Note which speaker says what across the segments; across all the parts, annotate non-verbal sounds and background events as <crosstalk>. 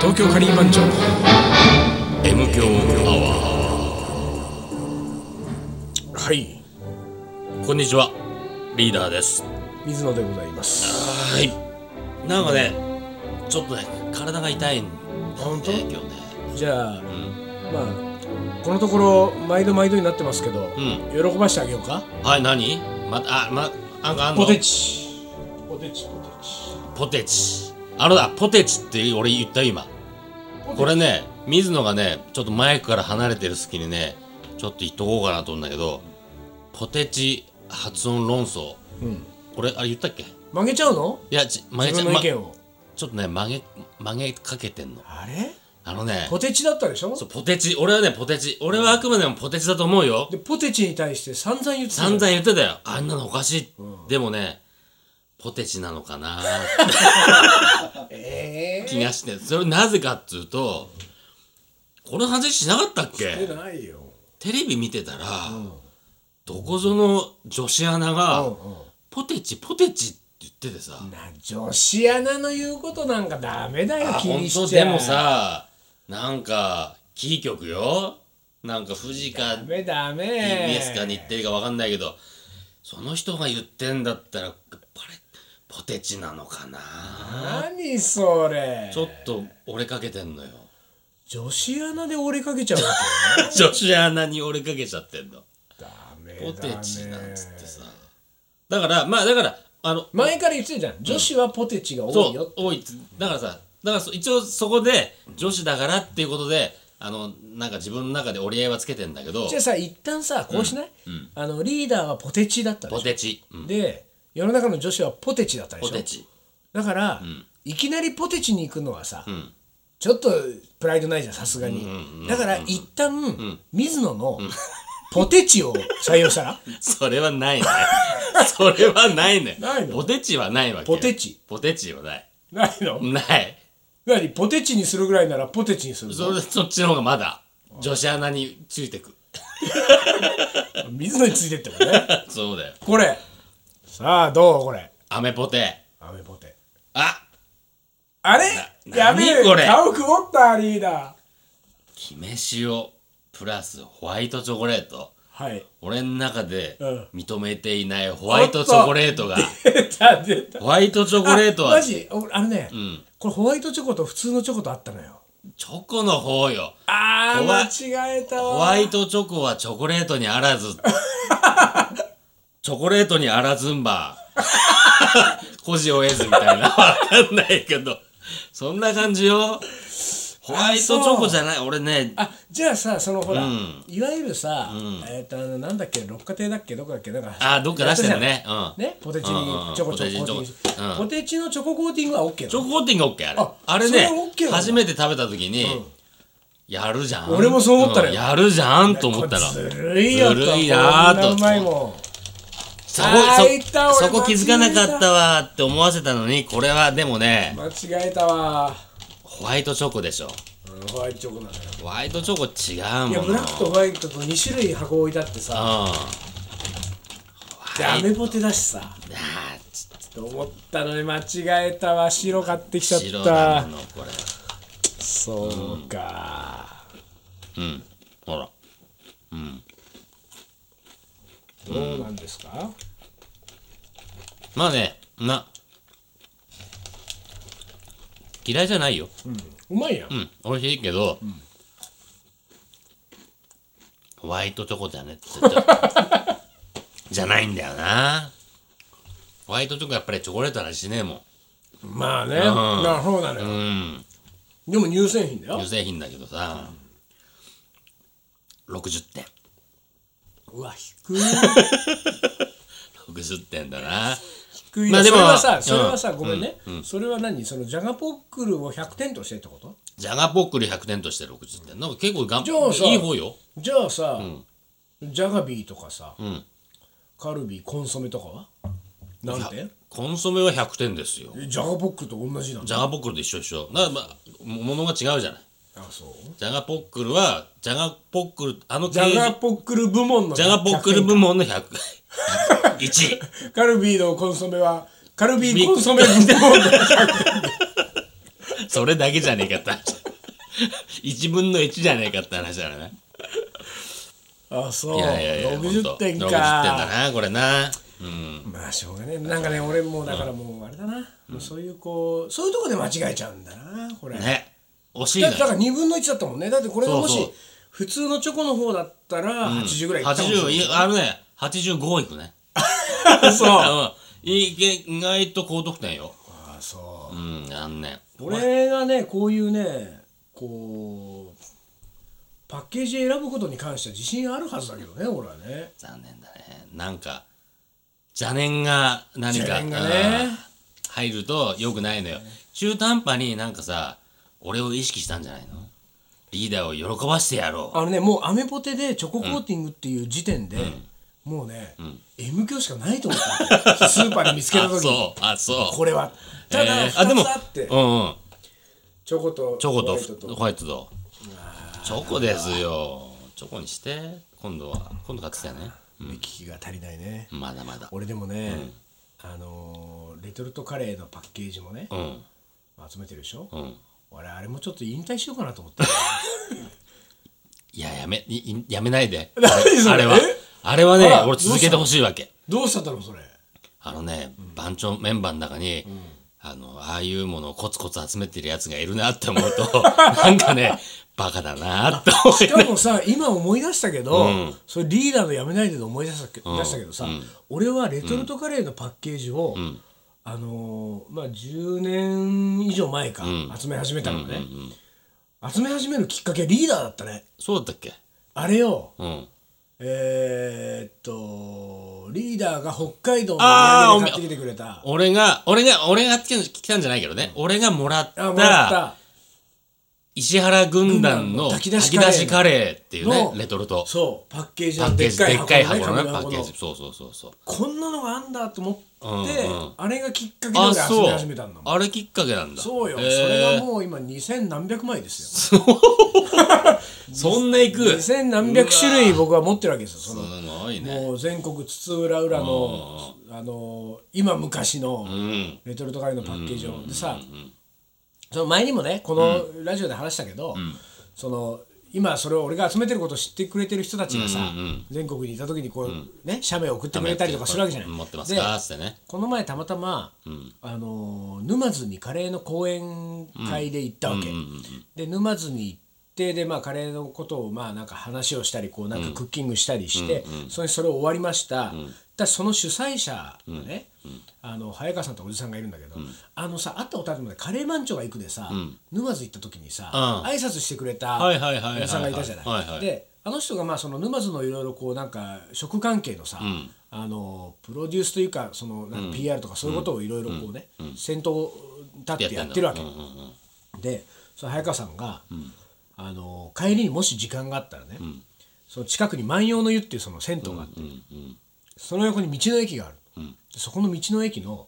Speaker 1: 東京カリー番長
Speaker 2: M 強アワーはいこんにちはリーダーです
Speaker 1: 水野でございます
Speaker 2: はいなんかねちょっとね体が痛いんだよ
Speaker 1: 本当
Speaker 2: ね今日ね
Speaker 1: じゃあ、まあこのところ毎度毎度になってますけど、喜ばしてあげようか
Speaker 2: はい何まあまなんかあんの
Speaker 1: ポテチポテチポテチ
Speaker 2: ポテチあのだポテチって俺言ったよ今これね水野がねちょっとマイクから離れてる隙にねちょっと言っとこうかなと思うんだけどポテチ発音論争、これあれ言ったっけい
Speaker 1: 曲げちゃうの
Speaker 2: やち曲げ
Speaker 1: 自
Speaker 2: ちゃ
Speaker 1: 分の
Speaker 2: ま
Speaker 1: 意見を、
Speaker 2: ちょっとね曲げ曲げかけてんの
Speaker 1: あれ
Speaker 2: あのね
Speaker 1: ポテチだったでしょ
Speaker 2: そうポテチ俺はねポテチ俺はあくまでもポテチだと思うよ
Speaker 1: でポテチに対して散々言ってた
Speaker 2: 散
Speaker 1: の
Speaker 2: 々言ってたよあんなのおかしい、でもねポテチなのかな
Speaker 1: え
Speaker 2: 気がしてそれなぜかっつうとこの話しなかったっ
Speaker 1: えー、
Speaker 2: け
Speaker 1: 出ないよ
Speaker 2: テレビ見てたら、どこぞの女子アナが、
Speaker 1: うんうん
Speaker 2: ポテチポテチって言っててさ、
Speaker 1: な女子アナの言うことなんかダメだよ
Speaker 2: あ
Speaker 1: 気
Speaker 2: 本
Speaker 1: にし
Speaker 2: 当
Speaker 1: ちゃ
Speaker 2: でもさなんかキー局よなんか富士か
Speaker 1: ダメダメ
Speaker 2: TBS か日テレか分かんないけどその人が言ってんだったらやっぱりポテチなのかな
Speaker 1: 何それ
Speaker 2: ちょっと俺かけてんのよ <laughs>
Speaker 1: 女子アナで折れかけちゃうわ
Speaker 2: 女子アナに俺かけちゃってんの
Speaker 1: けダメだ
Speaker 2: ポ
Speaker 1: ね
Speaker 2: テチなんつってさだからまあだからあの
Speaker 1: 前から言ってたじゃん女子はポテチが多い
Speaker 2: そ
Speaker 1: よ
Speaker 2: う多いっつだからさだからそ一応そこで女子だからっていうことであのなんか自分の中で折り合いはつけてんだけど
Speaker 1: じゃあさ一旦さこうしない、あのリーダーはポテチだったで
Speaker 2: ポ
Speaker 1: しょ
Speaker 2: テチ、うん、
Speaker 1: で世の中の女子はポテチだったでしょ
Speaker 2: ポテチ
Speaker 1: だから、いきなりポテチに行くのはさ、
Speaker 2: ん
Speaker 1: ちょっとプライドないじゃんさすがに、だから一旦、水野の、ポテチを採用したら
Speaker 2: それはないね <laughs> それはないね
Speaker 1: ないの
Speaker 2: ポテチはないわけよ
Speaker 1: ポテチ
Speaker 2: ポテチは <laughs> ない
Speaker 1: 何の
Speaker 2: ない
Speaker 1: 何ポテチにするぐらいならポテチにする
Speaker 2: それそっちの方がまだ女子アナについてく <laughs>
Speaker 1: 水野についてってもね
Speaker 2: そうだよ
Speaker 1: これさあどうこれ
Speaker 2: アメポテ
Speaker 1: アメポテ
Speaker 2: あ
Speaker 1: あれ
Speaker 2: な
Speaker 1: やべえ
Speaker 2: 何これ
Speaker 1: 顔曇ったリーダー
Speaker 2: キメ塩プラスホワイトチョコレート
Speaker 1: <laughs> はい
Speaker 2: 俺の中で
Speaker 1: うん
Speaker 2: 認めていないホワイトチョコレートが
Speaker 1: 出た出た
Speaker 2: ホワイトチョコレート
Speaker 1: あマ
Speaker 2: はチ
Speaker 1: ジ俺あのね、これホワイトチョコと普通のチョコとあったのよ
Speaker 2: ョコの方よ
Speaker 1: あ
Speaker 2: ホワ
Speaker 1: ー間違えた
Speaker 2: ホ
Speaker 1: わ
Speaker 2: ワイトチョコはチョコレートにあらずチョコレートにあらずんば孤児を得ずみたいなわかんないけどそんな感じよホワイトチョコじゃない俺ね
Speaker 1: あじゃあさそのほら、
Speaker 2: うん
Speaker 1: いわゆるさ、えっ、とあのなんだっけ六花亭だっけどこだっけなんか
Speaker 2: あどっか出してるねうん
Speaker 1: ねポテチ
Speaker 2: うんうん
Speaker 1: チョコチョココ
Speaker 2: ポ
Speaker 1: ー
Speaker 2: テ
Speaker 1: テ
Speaker 2: チ
Speaker 1: ィング、
Speaker 2: チョコうん
Speaker 1: ポテチのチョココーティングは OK な
Speaker 2: チョ
Speaker 1: の
Speaker 2: ココーティング OK あれ
Speaker 1: あ
Speaker 2: あれね
Speaker 1: それは OK なんだ
Speaker 2: 初めて食べた時に、やるじゃん
Speaker 1: 俺もそう思ったのよ
Speaker 2: んやるじゃんと思ったら
Speaker 1: ずるいよと
Speaker 2: ずるいなーと
Speaker 1: こんなうまいも
Speaker 2: そ
Speaker 1: あーい
Speaker 2: こ
Speaker 1: た
Speaker 2: そ
Speaker 1: 俺
Speaker 2: そこ気づかなかったわーって思わせたのにこれはでもね
Speaker 1: ん間違えたわ
Speaker 2: ホワイトチョコでしょ
Speaker 1: うんホワイトチョコなのよ
Speaker 2: ホワイトチョコ違う
Speaker 1: いや
Speaker 2: も
Speaker 1: ブ
Speaker 2: の
Speaker 1: ラックとホワイトと2種類箱置いてあって
Speaker 2: うん
Speaker 1: さ
Speaker 2: あ
Speaker 1: でアメポテだしさ
Speaker 2: ーち
Speaker 1: と思ったのに間違えたわ白買ってきちゃっ
Speaker 2: 白な
Speaker 1: た
Speaker 2: のこれ
Speaker 1: そうか、
Speaker 2: うんほら
Speaker 1: どうなんですか
Speaker 2: まあねな嫌いじゃないよ
Speaker 1: うまいやん、
Speaker 2: うん美味しいけど、ホワイトチョコじゃねって言っちゃうじゃないんだよなホワイトチョコやっぱりチョコレートの味しねえも
Speaker 1: まあね、なそうなのよ、
Speaker 2: んうん
Speaker 1: でも乳製品だよ
Speaker 2: 乳製品だけどさ、60点
Speaker 1: うわ低い
Speaker 2: 60点だな
Speaker 1: 低い
Speaker 2: まあでも
Speaker 1: それはさそれはさ、
Speaker 2: うん
Speaker 1: ごめんね、それは何そのジャガポックルを100点としてってこと
Speaker 2: ジャガポックル100点として60点なんか結構がん
Speaker 1: じゃあさ
Speaker 2: いい方よ
Speaker 1: じゃあさ、ジャガビーとかさ、
Speaker 2: ん
Speaker 1: カルビーコンソメとかはなんて
Speaker 2: コンソメは100点ですよ
Speaker 1: えジャガポックルと同じなの
Speaker 2: ジャガポックルと一緒一緒だからまあものが違うじゃない
Speaker 1: あそう
Speaker 2: ジャガポックルはジャガポックルあの
Speaker 1: ジ
Speaker 2: 形
Speaker 1: ャ
Speaker 2: 状
Speaker 1: ガポックル部門の
Speaker 2: ジャガポックル部門の100 <laughs> 1位
Speaker 1: カルビーのコンソメはカルビーコンソメ部門の
Speaker 2: それだけじゃねえかって1分の1じゃねえかって話だからね。
Speaker 1: あそう
Speaker 2: いやいやいや、
Speaker 1: 60点か
Speaker 2: ほんと60点だな、これな。うん。
Speaker 1: まあしょうがねえなんかね俺もうだからもうあれだな、もうそういうこうそういうとこで間違えちゃうんだなこれ、
Speaker 2: ね。惜しい
Speaker 1: だ
Speaker 2: な
Speaker 1: だから2分の1だったもんねだってこれがも
Speaker 2: そう
Speaker 1: し
Speaker 2: そう
Speaker 1: 普通のチョコの方だったら80ぐらいいったもんね
Speaker 2: 80、いやあのね、85いくね。
Speaker 1: <laughs> そう
Speaker 2: <laughs> うん。いけ意外と高得点よ。
Speaker 1: あそう
Speaker 2: うん、あんね。
Speaker 1: 俺がねこういうねこうパッケージ選ぶことに関しては自信あるはずだけどね俺はね
Speaker 2: 残念だね。なんか、邪念が何か、
Speaker 1: 邪念がね
Speaker 2: うん入ると良くないのよ。中途半端になんかさ、俺を意識したんじゃないのリーダーを喜ばしてやろう。
Speaker 1: あのねもうアメポテでチョココーティングっていう時点で、もうね、M 響しかないと思った <laughs> スーパーで見つけた
Speaker 2: あ、
Speaker 1: 時に
Speaker 2: そう、あ、そう。
Speaker 1: これはただ
Speaker 2: え
Speaker 1: 2
Speaker 2: ーあ、でも、
Speaker 1: つあって、
Speaker 2: うんうん。
Speaker 1: チョコと
Speaker 2: チョコ
Speaker 1: ホ
Speaker 2: と
Speaker 1: ワイトと
Speaker 2: ホワイトと。チョコですよ。チョコにして、今度は、今度買ってたよね。
Speaker 1: 目利きが足りないね、
Speaker 2: まだまだ。
Speaker 1: 俺でもね、あのーレトルトカレーのパッケージもね、
Speaker 2: うん、
Speaker 1: 集めてるでしょ、
Speaker 2: うん。
Speaker 1: 俺あれもちょっと引退しようかなと思った
Speaker 2: いや、やめ、いいやめないで。
Speaker 1: <laughs> 何それ
Speaker 2: あれは。あれはね
Speaker 1: あ、ら
Speaker 2: 俺続けてほしいわけ。
Speaker 1: どうしたんだろうそ
Speaker 2: <laughs>
Speaker 1: れ
Speaker 2: あのね、番長メンバーの中に、あの、ああいうものをコツコツ集めてるやつがいるなって思う
Speaker 1: <laughs>
Speaker 2: と、なんかね、バカだなって思
Speaker 1: し
Speaker 2: い
Speaker 1: かもさ今思い出したけど、それリーダーのやめないでで思い出したけ,、出したけどさ、俺はレトルトカレーのパッケージを、あのーまあ10年以上前か、集め始めたのね、集め始めるきっかけリーダーだったね
Speaker 2: そうだったっけ
Speaker 1: あれよ
Speaker 2: うん。
Speaker 1: えー、っとリーダーが北海道のお土
Speaker 2: あー
Speaker 1: 産で買ってきてくれたあ
Speaker 2: 俺が、俺が、俺が来たんじゃないけどね、俺がもらっ、
Speaker 1: もらったた
Speaker 2: 石原軍団の
Speaker 1: 炊き
Speaker 2: 炊
Speaker 1: 出し
Speaker 2: き
Speaker 1: カレー
Speaker 2: 出しカレーっていうね
Speaker 1: の、
Speaker 2: レトルト。
Speaker 1: そうパッケージ
Speaker 2: パ
Speaker 1: の
Speaker 2: ッケ
Speaker 1: で
Speaker 2: ー
Speaker 1: っ
Speaker 2: ジ、
Speaker 1: か
Speaker 2: で
Speaker 1: い
Speaker 2: っかい
Speaker 1: 箱
Speaker 2: 箱
Speaker 1: の
Speaker 2: の
Speaker 1: ね
Speaker 2: ね、パ
Speaker 1: 紙
Speaker 2: ッ
Speaker 1: の
Speaker 2: ケー
Speaker 1: 箱の
Speaker 2: ジ。そうそうそうそう。
Speaker 1: こんなのがあんだと思って、
Speaker 2: うんうん
Speaker 1: あれがきっかけで
Speaker 2: あ、
Speaker 1: 俺集め
Speaker 2: そう
Speaker 1: 始めたんだもん。
Speaker 2: あれきっかけなんだ。
Speaker 1: そうよ、
Speaker 2: へー
Speaker 1: それがもう今二千何百枚ですよ。
Speaker 2: そんな行く
Speaker 1: 二千何百種類僕は持ってるわけですよ。その
Speaker 2: すごいね。
Speaker 1: もう全国津々浦々の、あの今昔の
Speaker 2: うん。
Speaker 1: レトルトカレーのパッケージを、でさ、その前にもねこのラジオで話したけど、その今それを俺が集めてることを知ってくれてる人たちがさ、
Speaker 2: うんうんうん
Speaker 1: 全国にいた時にこう、ね写メを送ってくれたりとかするわけじゃない。
Speaker 2: 持ってます
Speaker 1: で
Speaker 2: かつってね。
Speaker 1: この前たまたま、あのー沼津にカレーの講演会で行ったわけ、で沼津に行ってで、まあ、カレーのことをまあなんか話をしたりこうなんかクッキングしたりして、それそれ終わりました、だその主催者がね、あの早川さんとおじさんがいるんだけど、あのさ会ったことあるのでカレーマンチョが行くでさ、沼津行った時にさ、
Speaker 2: うん
Speaker 1: 挨拶してくれたお
Speaker 2: はいはいはいはいはい
Speaker 1: じさんがいたじゃない。
Speaker 2: はいはい
Speaker 1: であの人がまあその沼津のいろいろこうなんか食関係のさ、あのプロデュースというかそのなんか PR とかそういうことをいろいろこうね、先頭立ってやってるわけ、
Speaker 2: うんうんうん
Speaker 1: でその早川さんが、あの帰りにもし時間があったらね、その近くに万葉の湯っていうその銭湯があって、その横に道の駅がある、でそこの道の駅の、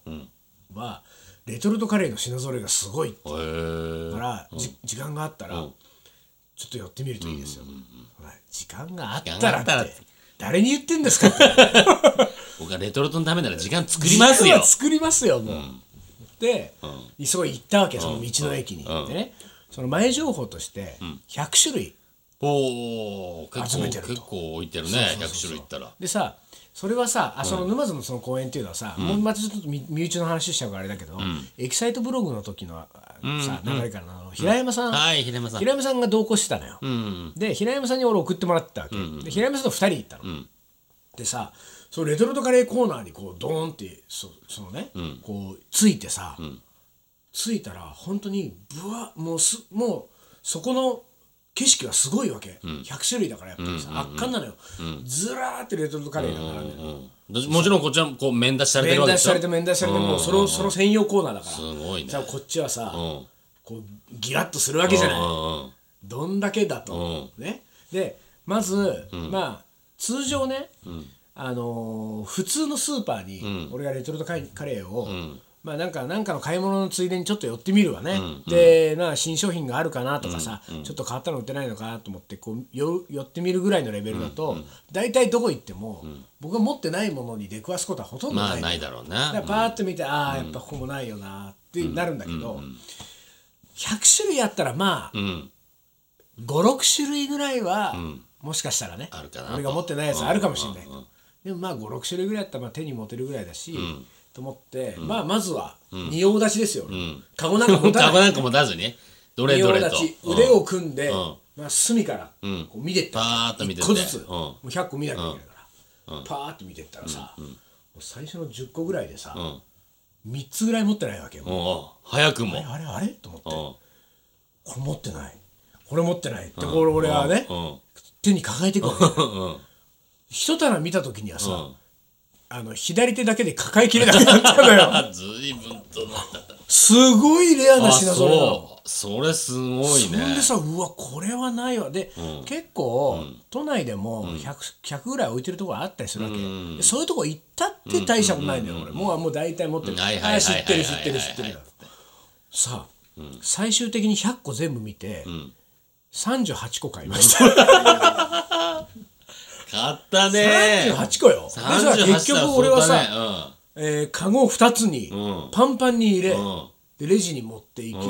Speaker 1: はレトルトカレーの品揃えがすごいって
Speaker 2: へー
Speaker 1: から、じ時間があったら、
Speaker 2: うん
Speaker 1: ちょっと寄ってみるといいですよ、ほら時間があっ
Speaker 2: 時
Speaker 1: た
Speaker 2: 間が
Speaker 1: ら
Speaker 2: あ
Speaker 1: っ
Speaker 2: ってたら
Speaker 1: 誰に言ってんですか
Speaker 2: <laughs>
Speaker 1: って
Speaker 2: 僕はレトルトのためなら時間作りますよ。
Speaker 1: 作りますよもう、で、すごい行ったわけその道の駅に、でねその前情報として100種類、
Speaker 2: おお、結
Speaker 1: 集
Speaker 2: 構
Speaker 1: めてると
Speaker 2: 結構置いてるね。
Speaker 1: そうそう
Speaker 2: 100
Speaker 1: そう
Speaker 2: 種類いったら。
Speaker 1: でさそれはさあその沼津のその公園っていうのはさ、もうまたちょっと身身内の話しちゃうからあれだけど、エキサイトブログの時のあさ、流れからのあの平山さん、
Speaker 2: はい、平山さん。
Speaker 1: 平山さんが同行してたのよ、
Speaker 2: うん。
Speaker 1: で平山さんに俺送ってもらってたわけ、で平山さんと2人行ったの、でさそのレトルトカレーコーナーにこうドーンってそそのね、こうついてさ、ついたら本当にぶわもうすもうそこの景色はすごいわけ、100種類だからやっぱりさ、圧巻なのよ、ずらーってレトルトカレーが並んでる、
Speaker 2: うんもちろんこっちはこう面出しされて
Speaker 1: 面
Speaker 2: るわけ
Speaker 1: 出
Speaker 2: で
Speaker 1: し
Speaker 2: し
Speaker 1: さ
Speaker 2: ょ
Speaker 1: れて面出しされてもうそれをその専用コーナーだから
Speaker 2: すごいね
Speaker 1: さこっちはさ、
Speaker 2: ん
Speaker 1: こうギラッとするわけじゃない、
Speaker 2: う
Speaker 1: どんだけだと、ねでまず、まあ通常ね、あのー普通のスーパーに俺がレトルトカイカレーを、まあなんかなんかの買い物のついでにちょっと寄ってみるわね、でまあ新商品があるかなとかさ、ちょっと変わったの売ってないのかなと思ってこうよ寄ってみるぐらいのレベルだと、大体どこ行っても、僕が持ってないものに出くわすことはほとん
Speaker 2: ん
Speaker 1: どない
Speaker 2: まあ
Speaker 1: の
Speaker 2: ないだろう
Speaker 1: だから
Speaker 2: な。
Speaker 1: パーッと見て、ああやっぱここもないよなってなるんだけど、100種類あったらまあ、
Speaker 2: うん。
Speaker 1: 56種類ぐらいは、
Speaker 2: ん
Speaker 1: もしかしたらね
Speaker 2: あるかなと
Speaker 1: 俺が持ってないやつあるかもしれないけど、
Speaker 2: うん
Speaker 1: でもまあ56種類ぐらいだったらまあ手に持てるぐらいだし、と思って、まあまずは仁王立ちですよ、
Speaker 2: ん
Speaker 1: カゴなんか持たない
Speaker 2: タ <laughs> コなんかも出ずに、どれどれと。
Speaker 1: 仁王立ち
Speaker 2: うん
Speaker 1: 腕を組んで、
Speaker 2: うん
Speaker 1: まあ、隅から
Speaker 2: ん
Speaker 1: こう見てった
Speaker 2: パーッと見てって
Speaker 1: 1個ずつ、
Speaker 2: うん
Speaker 1: もう100個見なきゃいけないから、パーッと見てったらさ、もう最初の10個ぐらいでさ、
Speaker 2: うん。
Speaker 1: 3つぐらい持ってないわけよ、
Speaker 2: うん早くも。
Speaker 1: あれあれと思って、
Speaker 2: う
Speaker 1: これ持ってないこれ持ってないってこれ俺はね、
Speaker 2: ん。うん。
Speaker 1: 手に抱えていくわけよ
Speaker 2: うん。うん
Speaker 1: 一棚見た時にはさ、
Speaker 2: うん
Speaker 1: あの左手だけで抱えきれなくなったの
Speaker 2: <laughs>
Speaker 1: よ
Speaker 2: ずいぶんとなった。
Speaker 1: すごいレアな
Speaker 2: あ、
Speaker 1: 品揃えなの
Speaker 2: そう。それすごい
Speaker 1: そん
Speaker 2: ね
Speaker 1: で。さうわこれはないわで、結構、都内でも 100, 100ぐらい置いてるところあったりするわけ、でそういうとこ行ったって大したことないんだよ、俺もうもう大体持ってる、
Speaker 2: うんはいはいはいはい
Speaker 1: あ知ってる知ってる
Speaker 2: は
Speaker 1: 知
Speaker 2: い
Speaker 1: って
Speaker 2: はいはい
Speaker 1: るさあ、最終的に100個全部見て、38個買いました
Speaker 2: 買ったね。
Speaker 1: 38個よでさ
Speaker 2: 38
Speaker 1: 結局俺は
Speaker 2: だ
Speaker 1: さ、
Speaker 2: ね
Speaker 1: えーカゴを2つに
Speaker 2: うん
Speaker 1: パンパンに入れ、
Speaker 2: ん
Speaker 1: でレジに持っていき、
Speaker 2: ん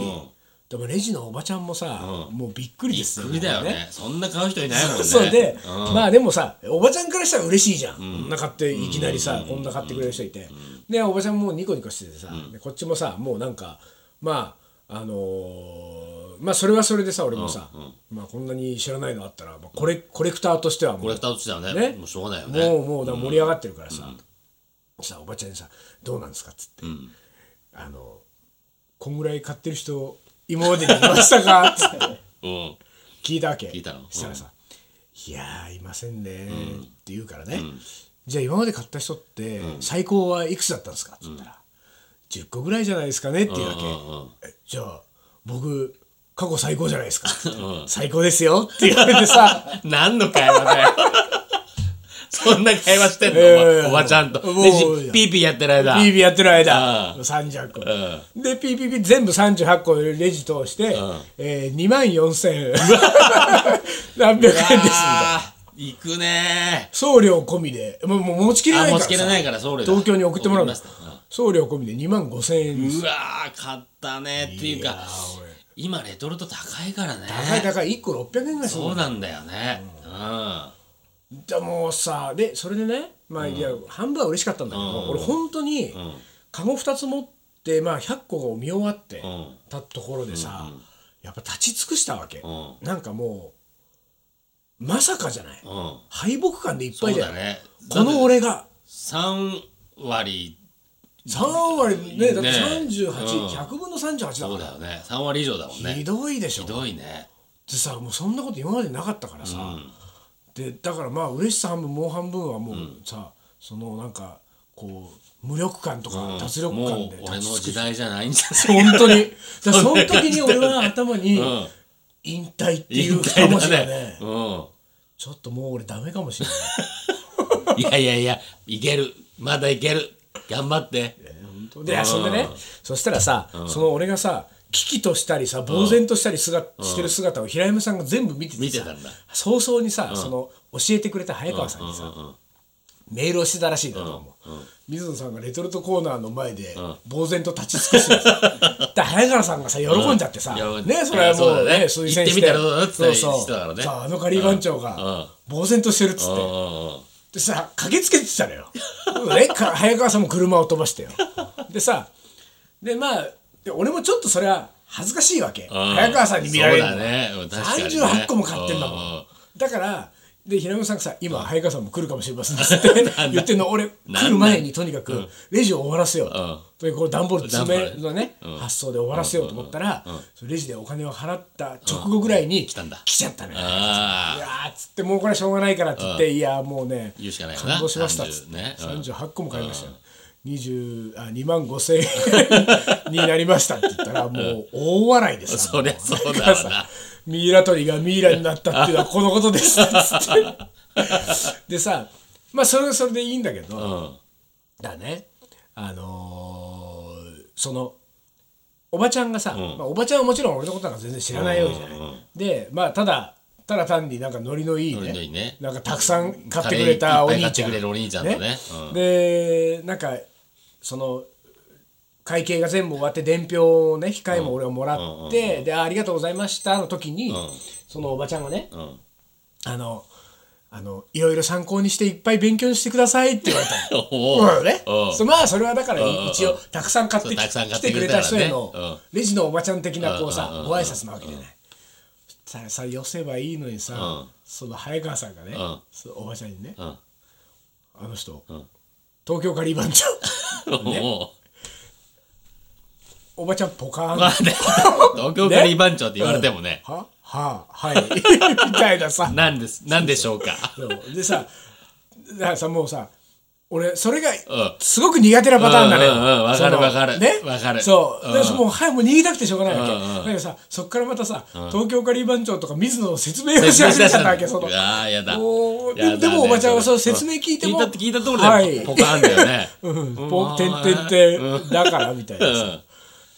Speaker 1: でもレジのおばちゃんもさ、もうびっく
Speaker 2: うん。
Speaker 1: り
Speaker 2: び
Speaker 1: で
Speaker 2: っ
Speaker 1: す
Speaker 2: くりだよね。そんな買う人いないもんね。
Speaker 1: そうで、
Speaker 2: うん
Speaker 1: まあでもさおばちゃんからしたら嬉しいじゃん、こんな買っていきなりさ、こんな買ってくれる人いて、でおばちゃんもニコニコしててさ、でこっちもさもうなんかまああのーまあそれはそれでさ俺もさ、まあ、こんなに知らないのあったら、まあ、コレコレクターとしてはも
Speaker 2: こ
Speaker 1: う
Speaker 2: れ二つだよ
Speaker 1: ね
Speaker 2: ね。もうしょうがないよね。
Speaker 1: もうもうだから盛り上がってるからさ、さおばちゃんにさ「どうなんですか?」っつって、あの「こんぐらい買ってる人今までにいましたか?」っつ <laughs> って
Speaker 2: うん。
Speaker 1: 聞いたわけ
Speaker 2: 聞いたの
Speaker 1: したらさ「いやーいませんね」って言うからね、じゃあ今まで買った人って最高はいくつだったんですか?」っつったら「10個ぐらいじゃないですかね」っていうわけ、えじゃあ僕過去最高じゃないですか、最高ですよって言われてさ
Speaker 2: 何の会話
Speaker 1: <laughs>
Speaker 2: だよ。そんな会話してんの、
Speaker 1: え
Speaker 2: お
Speaker 1: え
Speaker 2: ばおばちゃんと。
Speaker 1: もう
Speaker 2: で、じピーピーやってる間。
Speaker 1: ピーピーやってる間
Speaker 2: ああ
Speaker 1: 30個でピーピーピー全部38個レジ通してえー2万4000何百円ですみたいな
Speaker 2: あー行くね
Speaker 1: 送料込みでもうもう持ちきれない
Speaker 2: あ、
Speaker 1: か
Speaker 2: 持
Speaker 1: ら
Speaker 2: ち
Speaker 1: さ
Speaker 2: きれないから、それ
Speaker 1: 東京に送ってもらうんだ
Speaker 2: 送りました
Speaker 1: 送料込みで2万5000円です
Speaker 2: うわー、買ったねっていう
Speaker 1: いや
Speaker 2: か
Speaker 1: ー俺、
Speaker 2: 今レトルト高いからね。
Speaker 1: 高い高い1個600円ぐらいする
Speaker 2: そうなんだよね。うん。
Speaker 1: でもうさでそれでねまあいや半分は嬉しかったんだけど俺本当にカゴ2つ持ってまあ100個を見終わって
Speaker 2: ん
Speaker 1: たところでさやっぱ立ち尽くしたわけ
Speaker 2: う
Speaker 1: なんかもうまさかじゃない
Speaker 2: うん。
Speaker 1: 敗北感でいっぱ
Speaker 2: そ
Speaker 1: いうだよ
Speaker 2: だね。
Speaker 1: この俺が
Speaker 2: 3割、
Speaker 1: 3割ねだって
Speaker 2: ねうん
Speaker 1: 38100分の38
Speaker 2: そう
Speaker 1: だ
Speaker 2: だ
Speaker 1: か
Speaker 2: よね。3割以上だもん
Speaker 1: らひ
Speaker 2: ね。
Speaker 1: どいでしょ
Speaker 2: ひどいね。
Speaker 1: でさもうそんなこと今までなかったからさ、でだからまあ嬉しさ半分もう半分はもうさ、そのなんかこう無力感とか脱力
Speaker 2: も
Speaker 1: 感
Speaker 2: う
Speaker 1: で
Speaker 2: 俺の
Speaker 1: 立ち尽く
Speaker 2: 時
Speaker 1: し
Speaker 2: 代じゃないんじゃない
Speaker 1: 本当にだから
Speaker 2: そ
Speaker 1: その
Speaker 2: んな感
Speaker 1: 時
Speaker 2: じ
Speaker 1: に俺
Speaker 2: だよね
Speaker 1: は頭に
Speaker 2: うん
Speaker 1: 引退ってい
Speaker 2: 引 <laughs>
Speaker 1: う二
Speaker 2: 退
Speaker 1: 文字がね
Speaker 2: だね。うん。
Speaker 1: ちょっともう俺ダメかもしれない
Speaker 2: いやいやいや、いける。まだいける。頑張って。
Speaker 1: でそんでねそしたらさ、その俺がさ危機としたりさ呆然としたりすが、してる姿を平山さんが全部見ててさ
Speaker 2: 見てたんだ
Speaker 1: 早々にさ、その教えてくれた早川さんにさ、メールをしてたらしいんだと思う、水野さんがレトルトコーナーの前で、呆然と立ち尽くして
Speaker 2: <laughs>
Speaker 1: たで早川さんがさ喜んじゃってさ、
Speaker 2: うん
Speaker 1: ねそれはもうね
Speaker 2: いやそ
Speaker 1: 推
Speaker 2: う
Speaker 1: 薦して
Speaker 2: だね行ってみたらどうだって
Speaker 1: そうそう
Speaker 2: 人だからね
Speaker 1: さああのカリー番長が、呆然としてるっつって、
Speaker 2: うんうんうん。
Speaker 1: でさ駆けつけてたのよ、ね、か早川さんも車を飛ばしてよでさでまあで俺もちょっとそれは恥ずかしいわけ
Speaker 2: うん
Speaker 1: 早川さんに見られるの
Speaker 2: そうだねうん確かにね
Speaker 1: 38個も買ってんだも
Speaker 2: うんん
Speaker 1: だからで平山さんがさ今早川さんも来るかもしれませんっつって
Speaker 2: <laughs>
Speaker 1: 言ってんの俺
Speaker 2: なん
Speaker 1: 来
Speaker 2: だ
Speaker 1: る前にとにかくレジを終わらせようとというこう段ボール詰めのね発想で終わらせようと思ったらそのレジでお金を払った直後ぐらいに来
Speaker 2: たんだ
Speaker 1: ちゃったのよい
Speaker 2: ああ。
Speaker 1: やーっつってもうこれはしょうがないからって言って、いやーもうね
Speaker 2: 言うしかないよな
Speaker 1: 感動しましたっつって、
Speaker 2: 30ねうん
Speaker 1: 38個も買いましたよ、20あ2万5千円になりましたって言ったらもう大笑いでさ
Speaker 2: <laughs> そりゃそうだわな
Speaker 1: なんかさミイラ取りがミイラになったっていうのはこのことです
Speaker 2: <laughs>
Speaker 1: っつってでさまあそれはそれでいいんだけど、
Speaker 2: うん。
Speaker 1: だねあのーそのおばちゃんがさ、まあ、おばちゃんはもちろん俺のことなんか全然知らないようじゃない、でまあただただ単になんかノリのいいね
Speaker 2: ノリのいいね
Speaker 1: なんかたくさん買ってくれたお兄ちゃん
Speaker 2: カレーいっぱい買ってくれるお兄ちゃんとねうん
Speaker 1: でなんかその会計が全部終わって伝票をね控えも俺はもらって、であありがとうございましたの時に、そのおばちゃんがね、
Speaker 2: ん
Speaker 1: あのあのいろいろ参考にしていっぱい勉強してくださいって言われたの。
Speaker 2: <laughs> お
Speaker 1: そうだね
Speaker 2: おう
Speaker 1: そうまあそれはだから
Speaker 2: うん
Speaker 1: 一応たくさん買って
Speaker 2: そう
Speaker 1: き
Speaker 2: たくさん買
Speaker 1: 来
Speaker 2: って
Speaker 1: て
Speaker 2: く
Speaker 1: く
Speaker 2: れ
Speaker 1: れ
Speaker 2: たら
Speaker 1: た
Speaker 2: ね
Speaker 1: 人への
Speaker 2: うん
Speaker 1: レジのおばちゃん的なこう
Speaker 2: うんうん
Speaker 1: さ
Speaker 2: うん
Speaker 1: ご挨拶なわけじゃない。ささ寄せばいいのに
Speaker 2: う
Speaker 1: さ
Speaker 2: ん
Speaker 1: その早川さんがね
Speaker 2: ん
Speaker 1: そのおばちゃんにね
Speaker 2: うん
Speaker 1: あの人
Speaker 2: ん
Speaker 1: 東京カリー
Speaker 2: <laughs>
Speaker 1: 番長
Speaker 2: おう <laughs>
Speaker 1: おばちゃんポカーン
Speaker 2: まあね東京カリー番長って言われてもね、
Speaker 1: はははい <laughs> みたいなさ
Speaker 2: なんです、なんでしょ
Speaker 1: <laughs>
Speaker 2: うか。
Speaker 1: そうでさだからさもうさ俺それが
Speaker 2: ん
Speaker 1: すごく苦手なパターンだね
Speaker 2: うんうんうんわかる
Speaker 1: その
Speaker 2: わかる
Speaker 1: ね
Speaker 2: わかる
Speaker 1: そう
Speaker 2: うん
Speaker 1: だからもう早くもう逃げたくてしょうがないわけ
Speaker 2: うんうん
Speaker 1: だけどさそっからまたさ東京カリー番長とか水野の説明をし
Speaker 2: 説明
Speaker 1: 始
Speaker 2: し
Speaker 1: め
Speaker 2: ち
Speaker 1: ち
Speaker 2: ゃ
Speaker 1: ゃったた
Speaker 2: っん
Speaker 1: わ
Speaker 2: だ
Speaker 1: けその
Speaker 2: ああ、やだ。
Speaker 1: おー
Speaker 2: やだ
Speaker 1: でもおばちゃんはその
Speaker 2: れ
Speaker 1: 説明聞いても
Speaker 2: 聞いた聞いたところで、
Speaker 1: はい
Speaker 2: ポカーンだよね。
Speaker 1: <laughs> うん
Speaker 2: うん
Speaker 1: ポンてんてんてんだからみたいうなさ
Speaker 2: ん。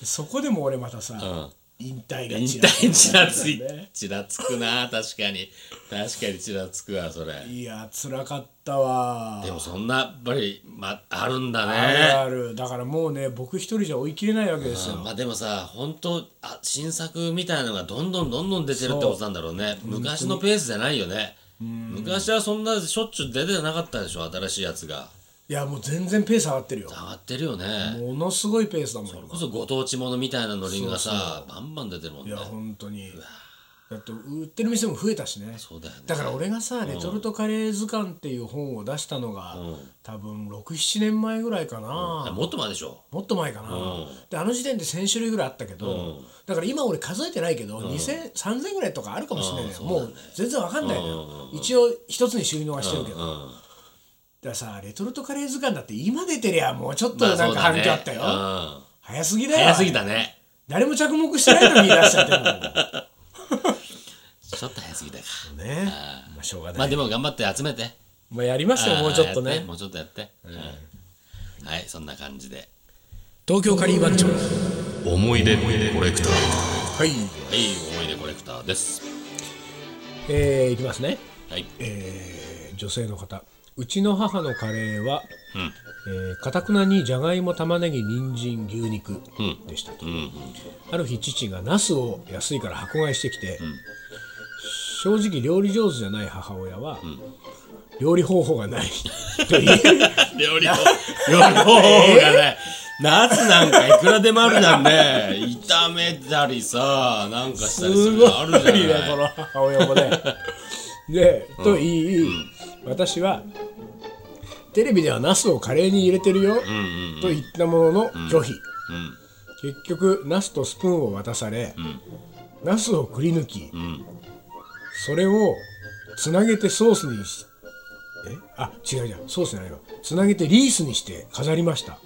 Speaker 1: そこでも俺またさ
Speaker 2: ん
Speaker 1: 引退が
Speaker 2: 引
Speaker 1: ちらつい
Speaker 2: 退 <laughs> ちらつい
Speaker 1: ね、
Speaker 2: ちらつくな、確かに。確かにちらつくわ、それ。
Speaker 1: いや辛かったわ
Speaker 2: でもそんな、やっぱり、ま、あるんだ
Speaker 1: ある
Speaker 2: ね。
Speaker 1: あるだからもうね僕一人じゃ追い切れないわけですよ
Speaker 2: まあでもさ、本当あ新作みたいなのがどんどんどんどん出てるってことなんだろうね。昔のペースじゃないよね。昔はそんなしょっちゅう出てなかったでしょ、新しいやつが。
Speaker 1: いやもう全然ペース上がってるよ
Speaker 2: 上がってるよね。
Speaker 1: ものすごいペースだもん
Speaker 2: こそご当地ものみたいなのりがさ、バンバン出てるも
Speaker 1: い
Speaker 2: んね
Speaker 1: や。本当にだって売ってる店も増えたしね
Speaker 2: そうだよね。
Speaker 1: だから俺がさ「レトルトカレー図鑑」っていう本を出したのが、多分67年前ぐらいかな、
Speaker 2: あもっと前でしょ。
Speaker 1: もっと前かな、であの時点で1,000種類ぐらいあったけど、だから今俺数えてないけど、2000 3,000ぐらいとかあるかもしれないのよ、もう全然わかんないのよ、一応一つに収納はしてるけど、だからさレトルトカレー図鑑だって今出てりゃもうちょっと
Speaker 2: ま
Speaker 1: な
Speaker 2: あ
Speaker 1: んか反響あった
Speaker 2: そう
Speaker 1: よ、
Speaker 2: だね
Speaker 1: 早すぎ
Speaker 2: うん
Speaker 1: だよ
Speaker 2: 早すぎたね。
Speaker 1: 誰も着目してないのにいらっしゃってるもん
Speaker 2: ちょっと早すぎたか。
Speaker 1: ね
Speaker 2: <laughs>
Speaker 1: まあしょうがない、
Speaker 2: まあでも頑張って集めて。
Speaker 1: まあ、やりますよもうちょっと
Speaker 2: あーやて
Speaker 1: ね
Speaker 2: もうちょっとやって。うんはい、そんな感じで。
Speaker 1: 東京カリー番長は
Speaker 2: 思い出コレクター。はいい、思い出コレクターです。
Speaker 1: えー、いきますね
Speaker 2: はい。
Speaker 1: えー女性の方うちの母のカレーはかた、えー、くなにじゃがいも玉ねぎ人参牛肉でしたと、 <laughs> ある日父がナスを安いから箱買いしてきて、正直料理上手じゃない母親は、料理方法がないと言え
Speaker 2: 料理法。 <laughs> 料理方法がね。夏なんかいくらでもあるじゃ
Speaker 1: <laughs>
Speaker 2: んね。炒めたりさ、なんかしたりす
Speaker 1: す
Speaker 2: る
Speaker 1: ごいね
Speaker 2: のあるじゃない。
Speaker 1: この母親も <laughs> ね。で、と言い、私はテレビではナスをカレーに入れてるよ、と言ったものの拒否、結局ナスとスプーンを渡され、ナスをくり抜き、それをつなげてソースにしえあ違う違うソースじゃないわつなげてリースにして飾りました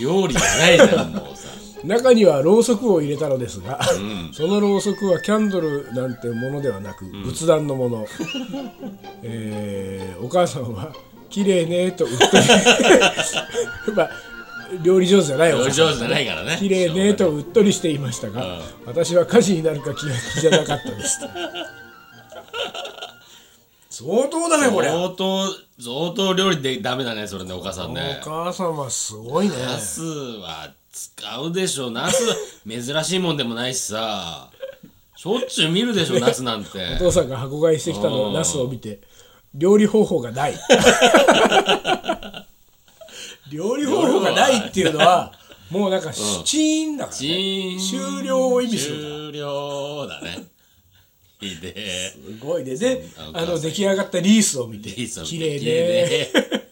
Speaker 2: 料理じゃないじゃん、も
Speaker 1: <laughs>
Speaker 2: うさ。
Speaker 1: 中にはろうそくを入れたのですが、 <laughs> そのろうそくはキャンドルなんてものではなく、仏壇のもの、 <laughs> えーお母さんは「綺麗ね」と訴
Speaker 2: <laughs>
Speaker 1: えまあ料理上手じゃないお
Speaker 2: 料
Speaker 1: 母
Speaker 2: 理
Speaker 1: さん
Speaker 2: 上手じゃないからね。
Speaker 1: 綺麗ねとうっとりしていましたが、私は火事になるか気が気じゃなかったです
Speaker 2: <laughs>
Speaker 1: 相当だねこれ
Speaker 2: 相当相当料理でダメだねそれねお母さんね
Speaker 1: お母さんはすごいね
Speaker 2: ナスは使うでしょナス <laughs> 珍しいもんでもないしさしょっちゅう見るでしょナスなんて
Speaker 1: お父さんが箱買いしてきた
Speaker 2: う
Speaker 1: の
Speaker 2: ん
Speaker 1: ナスを見て料理方法が
Speaker 2: <laughs>
Speaker 1: ない料理方法がないっていうのはもうなんかチーンだから、
Speaker 2: チ
Speaker 1: ね、
Speaker 2: ーン
Speaker 1: <laughs> 終了を意味する
Speaker 2: 終了だねひでえ
Speaker 1: すごいねで
Speaker 2: お母
Speaker 1: あ
Speaker 2: さん
Speaker 1: の出来上がったリースを見て
Speaker 2: リースを見て
Speaker 1: 綺麗ね
Speaker 2: 綺麗ね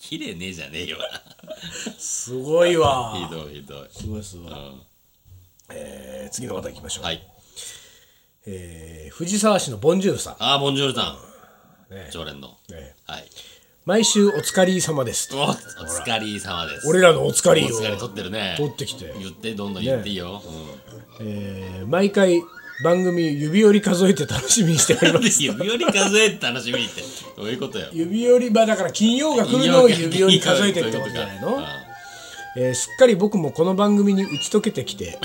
Speaker 2: 綺麗ねじゃねえよ
Speaker 1: すごいわ
Speaker 2: <laughs> ひどいひどい
Speaker 1: すごいすごい、えー次の方行きましょう、
Speaker 2: はい
Speaker 1: えー藤沢市のボンジュールさん
Speaker 2: ああボンジョルさん、
Speaker 1: ね
Speaker 2: 常連の、
Speaker 1: ね
Speaker 2: はい
Speaker 1: 毎週お疲れ様ですと
Speaker 2: おお疲れ様です
Speaker 1: 俺らのお疲れ
Speaker 2: お
Speaker 1: を
Speaker 2: 疲れ取ってるね
Speaker 1: 取ってきて
Speaker 2: 言ってどんどん言っていいよ、
Speaker 1: えー毎回番組指折り数えて楽しみにしており
Speaker 2: うん、 <laughs>
Speaker 1: ます
Speaker 2: 指折り数えて楽しみにってどういうことよ
Speaker 1: 指折りまあだから金曜が来るのを指折り数えてるってことじゃないの
Speaker 2: うん
Speaker 1: えーすっかり僕もこの番組に打ち解けてきて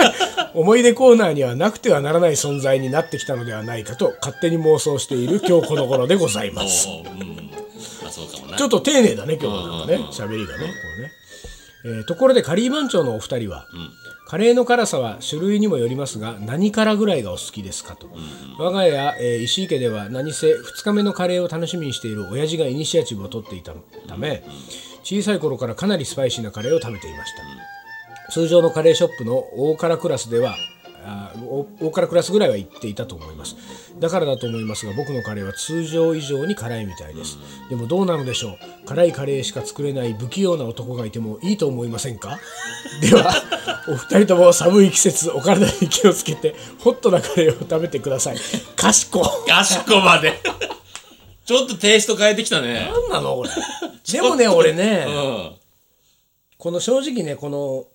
Speaker 1: <laughs> 思い出コーナーにはなくてはならない存在になってきたのではないかと勝手に妄想している今日この頃でございます
Speaker 2: おううんまあそうかもな
Speaker 1: ちょっと丁寧だね今日はなんかね喋りがねこうね、えーところでカリー番長のお二人は、カレーの辛さは種類にもよりますが何辛ぐらいがお好きですかと、我が家、えー石井家では何せ2日目のカレーを楽しみにしている親父がイニシアチブを取っていたため小さい頃からかなりスパイシーなカレーを食べていました、通常のカレーショップの大辛クラスではあお大辛クラスぐらいは行っていたと思いますだからだと思いますが僕のカレーは通常以上に辛いみたいですでもどうなのでしょう辛いカレーしか作れない不器用な男がいてもいいと思いませんか <laughs> ではお二人とも寒い季節お体に気をつけてホットなカレーを食べてくださいかしこ
Speaker 2: ガシコまでちょっとテイスト変えてきたね
Speaker 1: 何なのこれでもね俺ね、
Speaker 2: うん
Speaker 1: この正直ねこの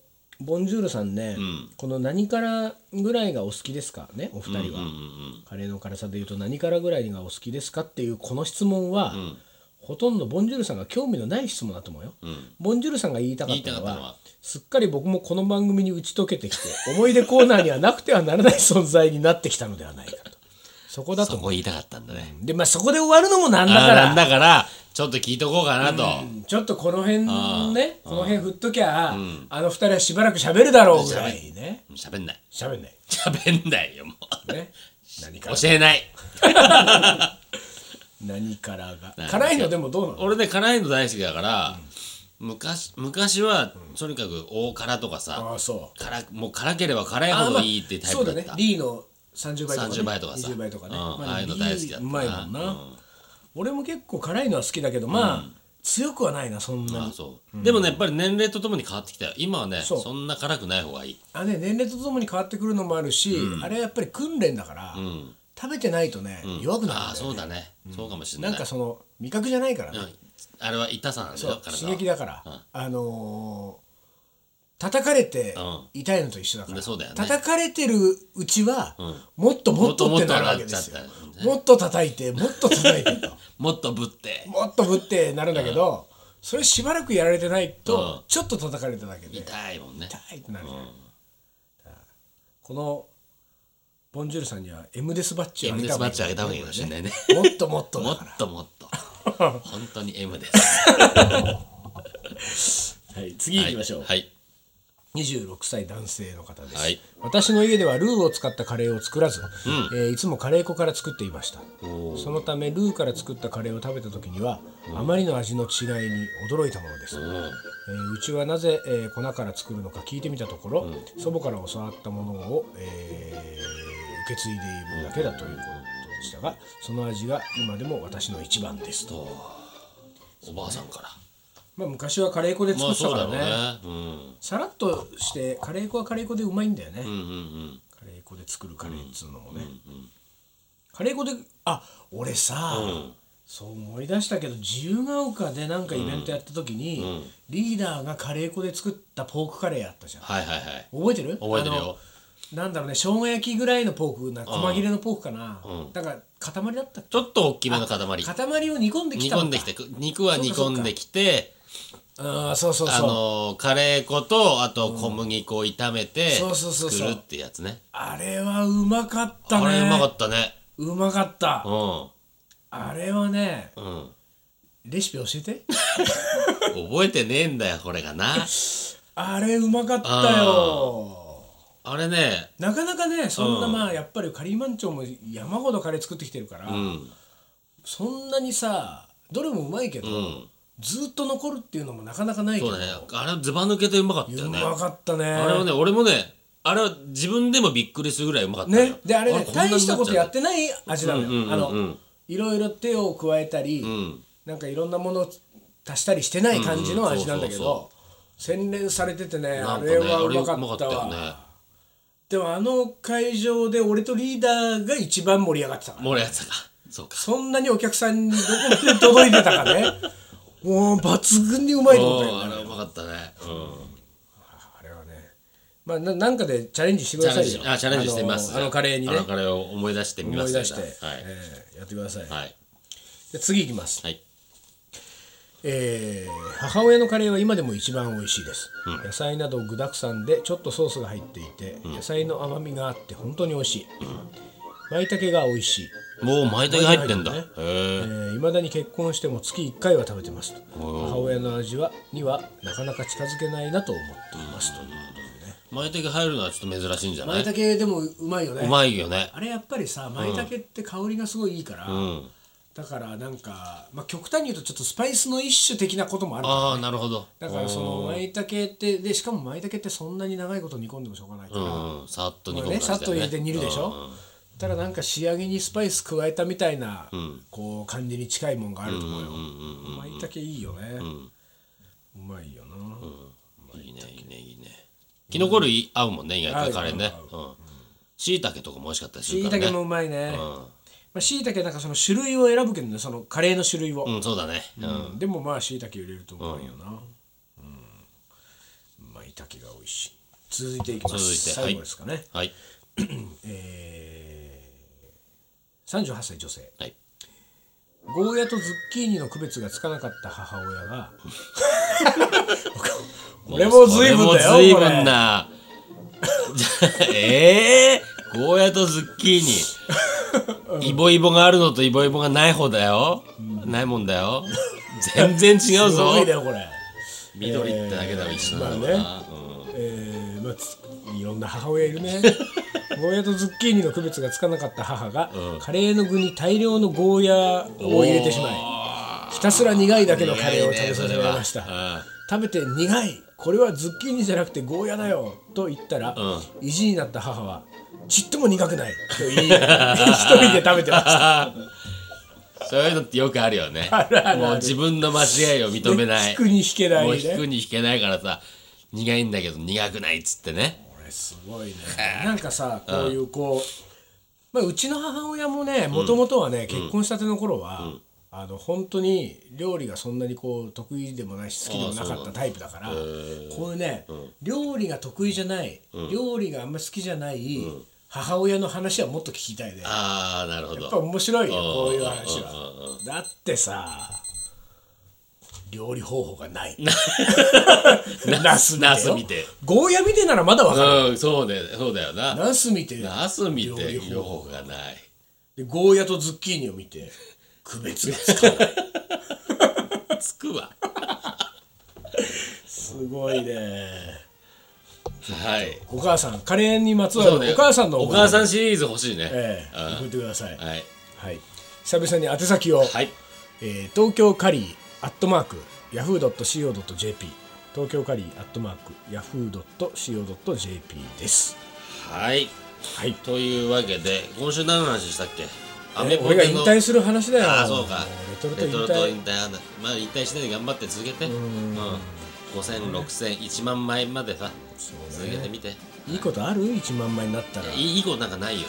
Speaker 1: ボンジュールさんね、この何からぐらいがお好きですかねお二人は、カレーの辛さでいうと何からぐらいがお好きですかっていうこの質問は、ほとんどボンジュールさんが興味のない質問だと思うよ、ボンジュールさんが言いたかったの
Speaker 2: 言いたか
Speaker 1: は
Speaker 2: ったのは
Speaker 1: すっかり僕もこの番組に打ち解けてきて思い出コーナーにはなくてはならない存在になってきたのではないかとそこだと
Speaker 2: そ
Speaker 1: 思う
Speaker 2: こ言いたかったんだね
Speaker 1: でまあそこで終わるのもなんだ
Speaker 2: だ
Speaker 1: か
Speaker 2: かららだからちょっと聞いとこうかなと、
Speaker 1: ちょっとこの辺ねこの辺振っときゃ、あの二人はしばらく喋るだろうぐらいね
Speaker 2: 喋んない
Speaker 1: 喋んない
Speaker 2: 喋んないよもう <laughs>
Speaker 1: ね何から
Speaker 2: 教えない
Speaker 1: 何からが
Speaker 2: なんか
Speaker 1: 辛いのでもどうなの
Speaker 2: 俺ね辛いの大好きだから、昔昔はとにかく大辛とかさ、
Speaker 1: ああそう
Speaker 2: 辛もう辛ければ辛い
Speaker 1: あ
Speaker 2: ほ
Speaker 1: ま
Speaker 2: ど
Speaker 1: あ
Speaker 2: いいってタイ
Speaker 1: そう
Speaker 2: プだ
Speaker 1: だ
Speaker 2: った、
Speaker 1: ね D の30倍とか、ね、
Speaker 2: 30倍とかさ
Speaker 1: 20倍とかね、
Speaker 2: うんああいうの大好きだった
Speaker 1: う
Speaker 2: な
Speaker 1: まいもんな、俺も結構辛いのは好きだけどまあ、強くはないなそんな
Speaker 2: あ
Speaker 1: に
Speaker 2: そうでもねやっぱり年齢とともに変わってきたよ今はね
Speaker 1: そう
Speaker 2: そんな辛くない方がいい
Speaker 1: あね年齢とともに変わってくるのもあるし、あれはやっぱり訓練だから、食べてないとね、弱くなるんだよ
Speaker 2: ああそうだね、そうかもしれな
Speaker 1: ないんかその味覚じゃないからね、
Speaker 2: うんあれは痛さなんだ
Speaker 1: そ
Speaker 2: よ
Speaker 1: う
Speaker 2: 体は
Speaker 1: 刺激だから、あのー叩かれて
Speaker 2: ん
Speaker 1: 痛いのと一緒だから、
Speaker 2: でそうだよね
Speaker 1: 叩かれてるうちは、もっともっとってなるわけですよ
Speaker 2: もっともっと上がっちゃっ
Speaker 1: もっと
Speaker 2: たよね
Speaker 1: 叩いてもっと叩いてと <laughs>
Speaker 2: もっとぶって
Speaker 1: もっとぶってなるんだけど、それしばらくやられてないと、
Speaker 2: うん
Speaker 1: ちょっと叩かれただけで
Speaker 2: 痛いもんね
Speaker 1: 痛いってなるじゃん、このボンジュールさんには M デスバッジを
Speaker 2: M
Speaker 1: あげ
Speaker 2: で
Speaker 1: た
Speaker 2: ス
Speaker 1: 方
Speaker 2: マ
Speaker 1: が
Speaker 2: ッチ上げた方がいいかもしれな
Speaker 1: <laughs>
Speaker 2: いね
Speaker 1: もっともっと
Speaker 2: も
Speaker 1: だ
Speaker 2: っ
Speaker 1: から
Speaker 2: ともっと
Speaker 1: <laughs>
Speaker 2: 本当に M です
Speaker 1: はい、次行きましょう、
Speaker 2: はい
Speaker 1: 26歳男性の方です、
Speaker 2: はい
Speaker 1: 私の家ではルーを使ったカレーを作らず、えーいつもカレー粉から作っていました
Speaker 2: おー
Speaker 1: そのためルーから作ったカレーを食べた時には、あまりの味の違いに驚いたものです、
Speaker 2: う
Speaker 1: え
Speaker 2: ん
Speaker 1: ーうちはなぜ、えー粉から作るのか聞いてみたところ、祖母から教わったものを、えー受け継いでいるだけだということでしたがその味が今でも私の一番ですと、
Speaker 2: おばあさんから
Speaker 1: まあ、昔はカレー粉で
Speaker 2: ま
Speaker 1: 作
Speaker 2: あ
Speaker 1: ってた
Speaker 2: そう
Speaker 1: か
Speaker 2: だ
Speaker 1: ら
Speaker 2: ろう
Speaker 1: ね,、
Speaker 2: ねうん
Speaker 1: さらっとしてカレー粉はカレー粉でうまいんだよね、
Speaker 2: うんうん
Speaker 1: カレー粉で作るカレーっつうのもね、カレー粉であ俺さ、そう思い出したけど自由が丘でなんかイベントやった時に、リーダーがカレー粉で作ったポークカレーあったじゃん
Speaker 2: はいはいはい
Speaker 1: 覚えてる
Speaker 2: 覚えてるよ
Speaker 1: あのなんだろうね生姜焼きぐらいのポークな細切れのポークかな、だから塊だったっけ
Speaker 2: ちょっと大きめの塊
Speaker 1: 塊を煮込んでき
Speaker 2: 煮
Speaker 1: たのか
Speaker 2: 込んできてく肉は煮込んできて
Speaker 1: あーそうそう
Speaker 2: あ
Speaker 1: そう、
Speaker 2: のーカレー粉とあと小麦粉を炒めて
Speaker 1: そうそうそうそう
Speaker 2: 作るってやつね
Speaker 1: あれはうまかったね
Speaker 2: あれうまかったね
Speaker 1: うまかった
Speaker 2: う
Speaker 1: あれはね
Speaker 2: んうん
Speaker 1: レシピ教えて
Speaker 2: 覚えてねえんだよこれがな
Speaker 1: あれうまかったよ
Speaker 2: あれね
Speaker 1: なかなかねそんなまあやっぱりカリーマンチョも山ほどカレー作ってきてるから、
Speaker 2: うん
Speaker 1: そんなにさどれもうまいけど、
Speaker 2: うん
Speaker 1: ずっと残るっていうのもなかなかないけ
Speaker 2: そう
Speaker 1: ど
Speaker 2: だねあれはずば抜けてうまかったよ
Speaker 1: う
Speaker 2: ね
Speaker 1: まかったね
Speaker 2: あれはね俺もねあれは自分でもびっくりするぐらいうまかったよ
Speaker 1: ねであれね
Speaker 2: こんなにな
Speaker 1: 大
Speaker 2: っち
Speaker 1: し
Speaker 2: ゃ
Speaker 1: た
Speaker 2: う
Speaker 1: ことやってない味なのよ、
Speaker 2: うんうんうんうん
Speaker 1: あのいろいろ手を加えたり、
Speaker 2: ん
Speaker 1: なんかいろんなものを足したりしてない感じの味なんだけ
Speaker 2: うんうん
Speaker 1: ど洗練されててね
Speaker 2: な
Speaker 1: あ
Speaker 2: んかね
Speaker 1: れは
Speaker 2: あ
Speaker 1: う
Speaker 2: れ
Speaker 1: ま
Speaker 2: うま
Speaker 1: か
Speaker 2: か
Speaker 1: っ
Speaker 2: った
Speaker 1: た
Speaker 2: よ
Speaker 1: わ
Speaker 2: ね
Speaker 1: でもあの会場で俺とリーダーが一番盛り上がってたから
Speaker 2: もうやつかそうか
Speaker 1: そんなにお客さんにどこまで届いてたか
Speaker 2: <laughs>
Speaker 1: ねもう抜群にうまいってことだ
Speaker 2: うんあ
Speaker 1: よ
Speaker 2: れ
Speaker 1: ね
Speaker 2: はうまかったねうん
Speaker 1: あれはねまあななんかでチャレンジしてく
Speaker 2: チ
Speaker 1: だ
Speaker 2: ャ
Speaker 1: さ
Speaker 2: レン
Speaker 1: い
Speaker 2: ジ
Speaker 1: よ
Speaker 2: あチャレンジしてみます
Speaker 1: あのあのカレーにね
Speaker 2: あのカレーを思い出してみま
Speaker 1: 思い
Speaker 2: す
Speaker 1: 出して、
Speaker 2: はい、
Speaker 1: えーやってください、
Speaker 2: はい
Speaker 1: で次いきます
Speaker 2: はい
Speaker 1: えー母親のカレーは今でも一番美味しいです、野菜など具沢山でちょっとソースが入っていて、野菜の甘みがあって本当に美味しい、舞茸が美味しい
Speaker 2: もう舞茸入ってんだ。
Speaker 1: 舞
Speaker 2: へ
Speaker 1: 茸いま、
Speaker 2: え
Speaker 1: え。ー未だに結婚しても月1回は食べてますと母親の味はにはなかなか近づけないなと思っていますということでね
Speaker 2: 舞茸入るのはちょっと珍しいんじゃない
Speaker 1: 舞茸でもうまいよね
Speaker 2: うまいよね。
Speaker 1: あれやっぱりさ舞茸って香りがすごいいいから、
Speaker 2: うん。
Speaker 1: だからなんか、まあ、極端に言うとちょっとスパイスの一種的なこともある
Speaker 2: ああ、なるほど。
Speaker 1: だからその舞茸ってでしかも舞茸ってそんなに長いこと煮込んでもしょうがないから、
Speaker 2: うん。さっと煮
Speaker 1: こ
Speaker 2: 込
Speaker 1: れ
Speaker 2: む
Speaker 1: ね
Speaker 2: 感じだ
Speaker 1: さっと
Speaker 2: よ
Speaker 1: 入れて煮るでしょ、ただなんか仕上げにスパイス加えたみたいな、こう感じに近いもんがあると思うよ舞茸いいよね、うまいよな、
Speaker 2: うんいいね、いいね、いいね。キノコ類合うもんね、意外とカレーね
Speaker 1: 合う。
Speaker 2: うん。椎茸とかも美味しかったりす
Speaker 1: し
Speaker 2: る
Speaker 1: い
Speaker 2: か
Speaker 1: た
Speaker 2: ら
Speaker 1: け
Speaker 2: ね
Speaker 1: も。うまいね、
Speaker 2: ん
Speaker 1: まあ、しいたけなんかその種類を選ぶけどねそのカレーの種類を、
Speaker 2: うん、そうだね。うん。
Speaker 1: うんでもまあしいたけ入れると思うよなうんまいたけが美味しい続いていきます
Speaker 2: 続
Speaker 1: 最
Speaker 2: いてはい
Speaker 1: 後ですかね、 <clears throat>
Speaker 2: はい。
Speaker 1: えー38歳女性
Speaker 2: はい。
Speaker 1: ゴーヤとズッキーニの区別がつかなかった母親がこれも随分だよ
Speaker 2: こ
Speaker 1: こ
Speaker 2: れ
Speaker 1: れ
Speaker 2: も随分な。 <laughs> ええー、ゴーヤとズッキーニ。イボイボがあるのとイボイボがない方だよ。ないもんだよ。全然違う
Speaker 1: す
Speaker 2: ぞ。
Speaker 1: ごいだよこれ、
Speaker 2: 緑ってだけだろ、一緒なんだろうな。うん
Speaker 1: えーまあつ、いろんな母親いる
Speaker 2: <laughs>
Speaker 1: ねゴーヤとズッキーニの区別がつかなかった母が、カレーの具に大量のゴーヤを入れてしまいひたすら苦いだけのカレーを食べさせられました、
Speaker 2: 苦いねそれは
Speaker 1: 食べて苦いこれはズッキーニじゃなくてゴーヤだよと言ったら、意地になった母はちっとも苦くないと言
Speaker 2: <laughs>
Speaker 1: い一人で食べてました
Speaker 2: うんそういうのってよくあるよね。
Speaker 1: るある
Speaker 2: もう自分の間違いを認めない。
Speaker 1: 引くに引けない
Speaker 2: もう
Speaker 1: ね
Speaker 2: 引くに引けないからさ、苦いんだけど苦くないっつってね。
Speaker 1: これすご <laughs> いねなんかさこういうこう、まあ、うちの母親もねもともとはね、結婚したての頃は、あの本当に料理がそんなにこう得意でもないし好きでもなかったタイプだからこういうね、料理が得意じゃない、料理があんま好きじゃない、母親の話はもっと聞きたいねやっ
Speaker 2: ああ、なるほ
Speaker 1: ぱ
Speaker 2: ど。
Speaker 1: 面白いよこういう話はだってさ料理方法が <laughs> ない。 <laughs> ナス見てよ
Speaker 2: ナス見て。
Speaker 1: ゴーヤ見てならまだわかる。
Speaker 2: うん、そうだよそうだよな。
Speaker 1: ナス見て
Speaker 2: ナス見
Speaker 1: 料
Speaker 2: て
Speaker 1: 理
Speaker 2: 両方がない。
Speaker 1: でゴーヤとズッキーニを見て区別がつか
Speaker 2: <laughs>
Speaker 1: ない
Speaker 2: つくわ。
Speaker 1: すごいね
Speaker 2: はい。
Speaker 1: お母さんカレーにまつわ
Speaker 2: そう
Speaker 1: る
Speaker 2: ね
Speaker 1: お母さんの
Speaker 2: お母さ
Speaker 1: ん
Speaker 2: んシリーズ欲しいね。
Speaker 1: ええ
Speaker 2: うん
Speaker 1: 送ってください、
Speaker 2: はい。
Speaker 1: はい、久々に宛先を、
Speaker 2: はい。
Speaker 1: えー東京カリーアットマークヤフー .co.jp 東京カリーアットマークヤフー .co.jp です
Speaker 2: はい。
Speaker 1: はい
Speaker 2: というわけで、今週何の話したっけア
Speaker 1: え俺が引退する話だよ
Speaker 2: ああそうか
Speaker 1: レトルト
Speaker 2: レ
Speaker 1: 引
Speaker 2: トルト
Speaker 1: 退
Speaker 2: 引退まあ引退しないで頑張って続けてうん5000、6000、1万枚までさ
Speaker 1: そう
Speaker 2: 続
Speaker 1: ね
Speaker 2: けてみて
Speaker 1: いいことある1万枚になったら
Speaker 2: いいいいことなん
Speaker 1: <laughs>
Speaker 2: かないよ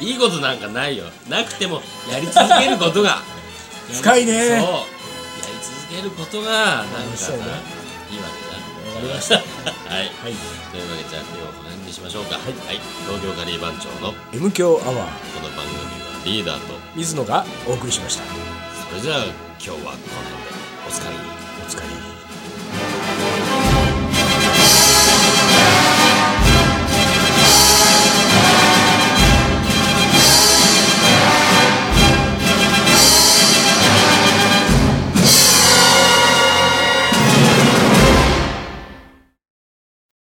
Speaker 2: いいことなんかないよなくてもやり続けること
Speaker 1: <laughs>
Speaker 2: が
Speaker 1: 深いね
Speaker 2: やりそうやり続けることがなんかさ
Speaker 1: そ
Speaker 2: いうい
Speaker 1: ね
Speaker 2: わ
Speaker 1: わかりまし
Speaker 2: け
Speaker 1: た
Speaker 2: だはい
Speaker 1: はい
Speaker 2: というわけでじゃあ今日はこの辺にしましょうかはい、東京カリー番長のこ
Speaker 1: M 強アワー
Speaker 2: の番組はリーダーと
Speaker 1: 水野がお送りしました
Speaker 2: それじゃあ今日はこの辺でお疲れ
Speaker 1: お疲れ